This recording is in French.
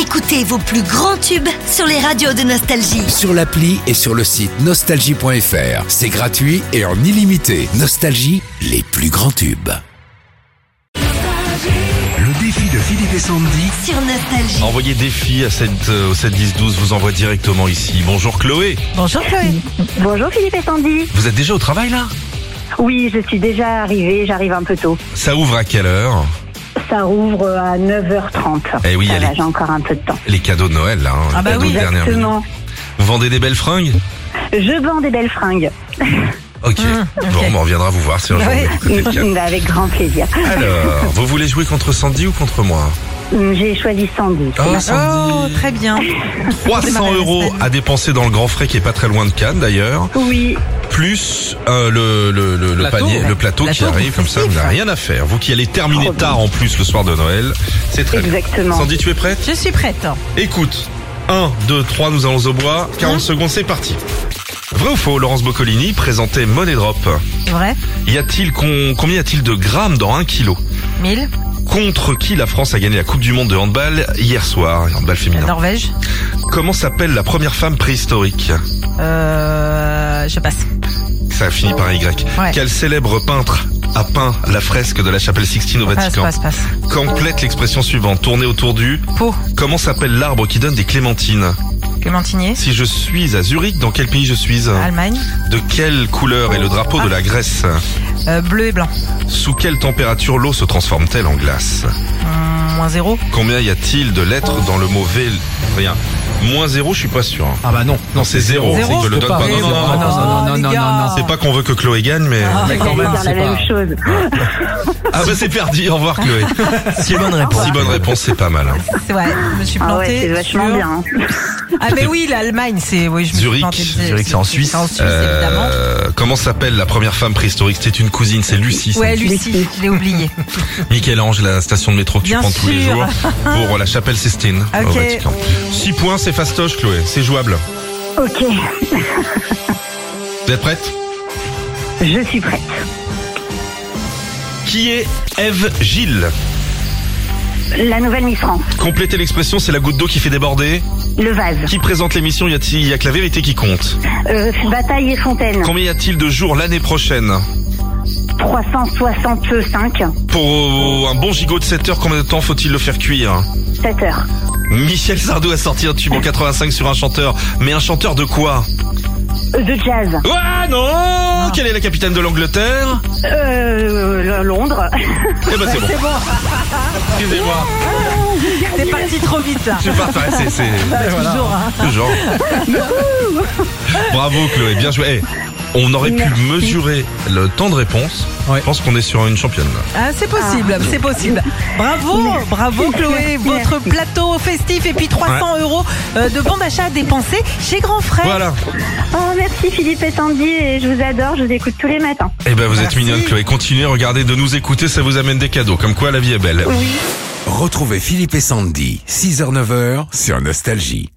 Écoutez vos plus grands tubes sur les radios de Nostalgie. Sur l'appli et sur le site nostalgie.fr. C'est gratuit et en illimité. Nostalgie, les plus grands tubes. Le défi de Philippe et Sandy. Sur Nostalgie. Envoyez défi à 7, euh, au 7 10 12, vous envoie directement ici. Bonjour Chloé, Bonjour Chloé. Bonjour Philippe et Sandy. vous êtes déjà au travail là Oui, je suis déjà arrivée, j'arrive un peu tôt. Ça ouvre à quelle heure Ça rouvre à 9h30. Eh oui, Ça elle va, est- j'ai encore un peu de temps. Les cadeaux de Noël là, hein, Ah bah cadeaux oui. de dernière minute. Exactement. Vous vendez des belles fringues Je vends des belles fringues. Ok, Mmh, bon, ok. bah, on reviendra vous voir si un jour Ouais. vous écoutez le cadeau. Bah, Avec grand plaisir. Alors, vous voulez jouer contre Sandy ou contre moi J'ai choisi Sandy. Oh, Oh, Sandy très bien. 300 Démarrer la euros semaine. à dépenser dans le Grand Frais qui est pas très loin de Cannes d'ailleurs. Oui, plus euh, le, le, le, le Plateau, panier, ouais. le plateau qui Plateau arrive, comme ça vous n'avez rien à faire. Vous qui allez terminer Trop bien. tard en plus le soir de Noël, c'est très bien. Exactement. Sandy, tu es prête Je suis prête. Écoute, 1, 2, 3, nous allons au bois, Hein 40 secondes, c'est parti. Vrai ou faux, Laurence Boccolini présentait Money Drop. C'est vrai Y a-t-il con- combien y a-t-il de grammes dans un kilo 1000. Contre qui la France a gagné la Coupe du Monde de handball hier soir, handball La féminin Norvège. Comment s'appelle la première femme préhistorique Euh, je passe. Ça finit par Y. Ouais. Quel célèbre peintre a peint la fresque de la chapelle Sixtine au Ah, Passe, Vatican passe, passe. Complète l'expression suivante, tournée autour du... Pau. Comment s'appelle l'arbre qui donne des clémentines Clémentinier. Si je suis à Zurich, dans quel pays je suis Ah. Allemagne. De quelle couleur est le drapeau de la Grèce Euh, bleu et blanc. Sous quelle température l'eau se transforme-t-elle en glace Hum, moins zéro. Combien y a-t-il de lettres dans le mot V Rien. Moins zéro, je suis pas sûr. hein. Ah bah non, Non, c'est zéro. Zéro, Je te le c'est donne pas pas. Non, vrai, non, non, c'est non, pas non. non, non, non, les gars. non, non, C'est pas qu'on veut que Chloé gagne, mais... mais quand j'allais même, dire la c'est même pas- chose. Ah bah c'est perdu, au revoir Chloé. si bonne réponse. Si bonne réponse, c'est pas mal. hein. C'est vrai, je me suis Ah plantée. ouais, c'est vachement sur- bien. hein. Ah mais oui, l'Allemagne, c'est... Oui, je me Zurich. suis plantée. Zurich, c'est en Suisse. en Suisse, évidemment. Euh, comment s'appelle la première femme préhistorique C'était une cousine, c'est Lucie. Ouais, c'est- Lucie, je l'ai oublié. Michel-Ange, la station de métro que tu Bien prends tous les sûr. jours pour la chapelle Sistine au Ok. Vatican. 6 points, c'est fastoche, Chloé. C'est jouable. Ok, Vous êtes prête je suis prête. Qui est Eve Gilles La nouvelle Miss France, Complétez l'expression, c'est la goutte d'eau qui fait déborder. le vase, Qui présente l'émission Y a-t-il y a que la vérité qui compte Euh, Bataille et Fontaine, Combien y a-t-il de jours l'année prochaine 365, Pour un bon gigot de 7 heures, combien de temps faut-il le faire cuire 7 heures. Michel Sardou a sorti un tube en 85 sur un chanteur. Mais un chanteur de quoi Euh, De jazz, Ah non Quelle est la capitale de l'Angleterre euh, Londres, Eh ben c'est bon. C'est bon, Excusez-moi. c'est parti trop vite, là. Je sais pas, ouais, c'est- c'est Toujours, hein. Bah, toujours. Bravo Chloé, bien joué. Eh, on aurait pu Merci. mesurer le temps de réponse. Ouais. Je pense qu'on est sur une championne. là. Ah, c'est possible, c'est possible. Bravo, bravo Chloé, votre plateau festif et puis 300 euros euh, de bons d'achat à dépenser chez Grand Frère. Voilà. Oh, merci Philippe et Sandy, et je vous adore, je vous écoute tous les matins. Eh ben vous êtes Merci. mignonne Chloé. Continuez, regardez, de nous écouter, ça vous amène des cadeaux. Comme quoi la vie est belle. Retrouvez Philippe et Sandy, 6h-9h sur Nostalgie.